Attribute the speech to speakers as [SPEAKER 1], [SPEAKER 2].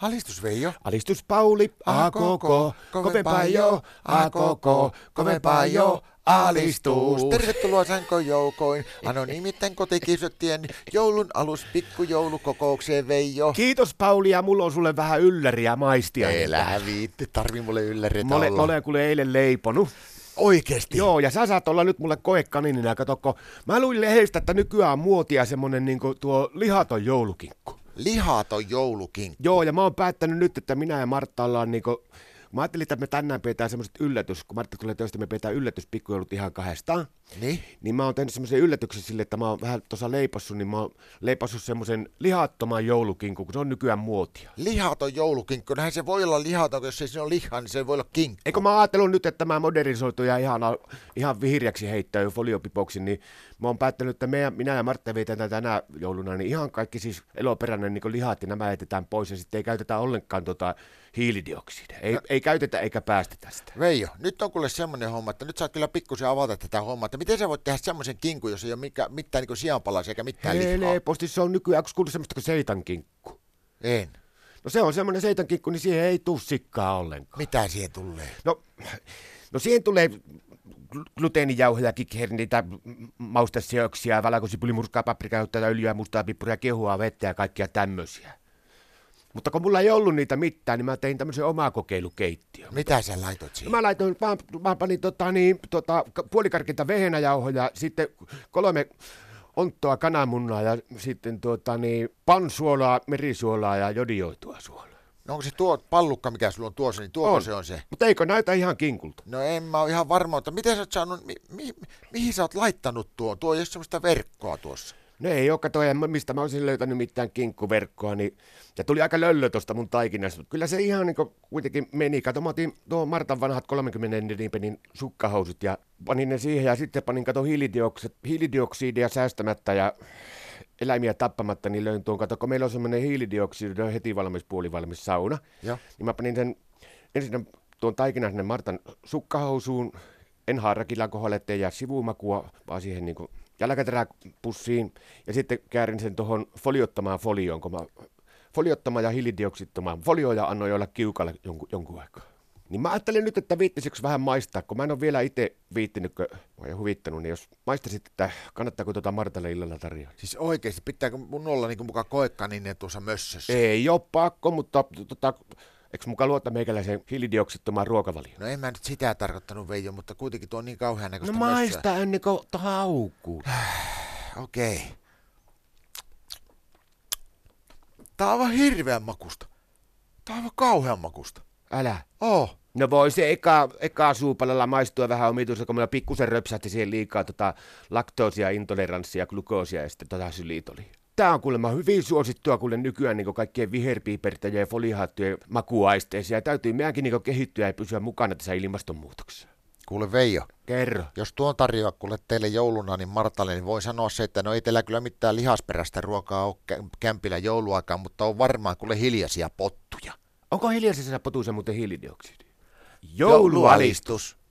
[SPEAKER 1] Alistus Veijo.
[SPEAKER 2] Alistus Pauli, a koko, kovempaa jo, a koko, kovempaa jo, alistus.
[SPEAKER 1] Tervetuloa Sanko joukoin. Anonymitten kotikisöttien joulun alus pikkujoulukokoukseen Veijo.
[SPEAKER 2] Kiitos Pauli ja mulla on sulle vähän ylläriä maistia.
[SPEAKER 1] Elä viitti, tarvii mulle ylläreitä
[SPEAKER 2] Mä olen, mä
[SPEAKER 1] olla.
[SPEAKER 2] olen kuule eilen leiponut.
[SPEAKER 1] Oikeesti.
[SPEAKER 2] Joo, ja sä saat olla nyt mulle koekaninina, katokko. Mä luin lehdestä, että nykyään on muotia semmonen niinku tuo lihaton joulukinkku.
[SPEAKER 1] Lihaton joulukin.
[SPEAKER 2] Joo, ja mä oon päättänyt nyt, että minä ja Martta ollaan niinku... Mä ajattelin, että me tänään pidetään semmoiset yllätys, kun Martta tulee töistä, me pidetään yllätyspikkujoulut ihan kahdestaan.
[SPEAKER 1] Niin?
[SPEAKER 2] Niin mä oon tehnyt semmoisen yllätyksen sille, että mä oon vähän tuossa leipassut, niin mä oon leipassut semmoisen lihattoman joulukinkun, kun se on nykyään muotia.
[SPEAKER 1] Lihaton joulukinkku. Nähän se voi olla lihaton, kun jos ei siinä ole lihaa, niin se ei voi olla kinkku.
[SPEAKER 2] Eikö mä ajatellut nyt, että mä modernisoitu ja ihan, al- ihan vihreäksi heittää jo foliopipoksi, niin mä oon päättänyt, että meidän, minä ja Martta vietetään tänä jouluna, niin ihan kaikki siis eloperäinen niin lihat ja nämä jätetään pois ja sitten ei käytetä ollenkaan tota hiilidioksidia. Ei, ei käytetä eikä päästetä sitä.
[SPEAKER 1] Veijo, nyt on kuule semmoinen homma, että nyt saa kyllä pikkusen avata tätä hommaa, että miten sä voit tehdä semmoisen kinkun, jos ei ole mikä, mitään niin sianpalaisia eikä mitään lihaa?
[SPEAKER 2] Helposti se on nykyään, onko kuullut semmoista kuin seitankinkku?
[SPEAKER 1] En.
[SPEAKER 2] No se on semmoinen seitankinkku, niin siihen ei tuu sikkaa ollenkaan.
[SPEAKER 1] Mitä siihen tulee?
[SPEAKER 2] No, no siihen tulee gl- gluteenijauhoja, kikherniitä, mausteseoksia, valkosipulimurkkaa, paprikautta, öljyä, mustaa pippuria, kehua, vettä ja kaikkia tämmöisiä. Mutta kun mulla ei ollut niitä mitään, niin mä tein tämmöisen omaa kokeilukeittiön.
[SPEAKER 1] Mitä sä laitoit siihen?
[SPEAKER 2] Mä laitoin, mä, mä panin tota, niin, tota, k- puolikarkinta vehnäjauhoja, sitten kolme onttoa kananmunaa ja sitten tuota, niin, pansuolaa, merisuolaa ja jodioitua suolaa.
[SPEAKER 1] No onko se tuo pallukka, mikä sulla on tuossa, niin tuo
[SPEAKER 2] On.
[SPEAKER 1] se on se?
[SPEAKER 2] Mutta eikö näytä ihan kinkulta?
[SPEAKER 1] No en mä ole ihan varma, mutta miten sä oot saanut, mi, mi, mihin sä oot laittanut tuon? Tuo ei ole semmoista verkkoa tuossa.
[SPEAKER 2] No ei ole, kato, en mä- mistä mä olisin löytänyt mitään kinkkuverkkoa, niin ja tuli aika löllö tosta mun taikinasta, mutta kyllä se ihan niin kuitenkin meni. Kato, mä otin tuo Martan vanhat 30 penin sukkahousut ja panin ne siihen ja sitten panin kato hiilidioks- hiilidioksidia säästämättä ja eläimiä tappamatta, niin löin tuon, kato, kun meillä on semmoinen hiilidioksidi, on heti valmis, puolivalmis sauna,
[SPEAKER 1] Joo.
[SPEAKER 2] niin mä panin sen ensin tuon taikinan sinne Martan sukkahousuun. En haarakilla kohdalle, ettei jää sivumakua, vaan siihen niin jalkateräpussiin. Ja sitten käärin sen tuohon foliottamaan folioon, kun mä foliottamaan ja hiilidioksittamaan folioja annoin olla kiukalle jonkun, jonkun aikaa. Niin mä ajattelin nyt, että viittisikö vähän maistaa, kun mä en ole vielä itse viittinyt, kun- ja huvittanut, niin jos maistasit, että kannattaako tuota Martalle illalla tarjoa.
[SPEAKER 1] Siis oikeesti, pitääkö mun olla niin mukaan koekka niin ne tuossa mössössä?
[SPEAKER 2] Ei ole pakko, mutta tota, eikö mukaan luota meikäläisen hiilidioksittomaan ruokavalioon?
[SPEAKER 1] No en mä nyt sitä tarkoittanut Veijo, mutta kuitenkin tuo on niin kauhean näköistä
[SPEAKER 2] No maista ennen kuin haukkuu.
[SPEAKER 1] Okei. Tää on aivan hirveän makusta. Tää on aivan kauhean makusta.
[SPEAKER 2] Älä.
[SPEAKER 1] Oh.
[SPEAKER 2] No voi se eka, eka suupalalla maistua vähän omituista, kun meillä pikkusen röpsähti siihen liikaa tota laktoosia, intoleranssia, glukoosia ja sitten tota sylitoli. Tää on kuulemma hyvin suosittua kuule nykyään niin kaikkien viherpiipertäjien ja folihaattujen makuaisteisiin. Ja täytyy meidänkin niin kehittyä ja pysyä mukana tässä ilmastonmuutoksessa.
[SPEAKER 1] Kuule Veijo,
[SPEAKER 2] Kerro.
[SPEAKER 1] jos tuon tarjoaa kuule teille jouluna, niin Martalle, niin voi sanoa se, että no ei teillä kyllä mitään lihasperäistä ruokaa ole kä- kämpillä jouluaikaan, mutta on varmaan kuule hiljaisia pottuja.
[SPEAKER 2] Onko hiljaisessa potuussa muuten hiilidioksidi?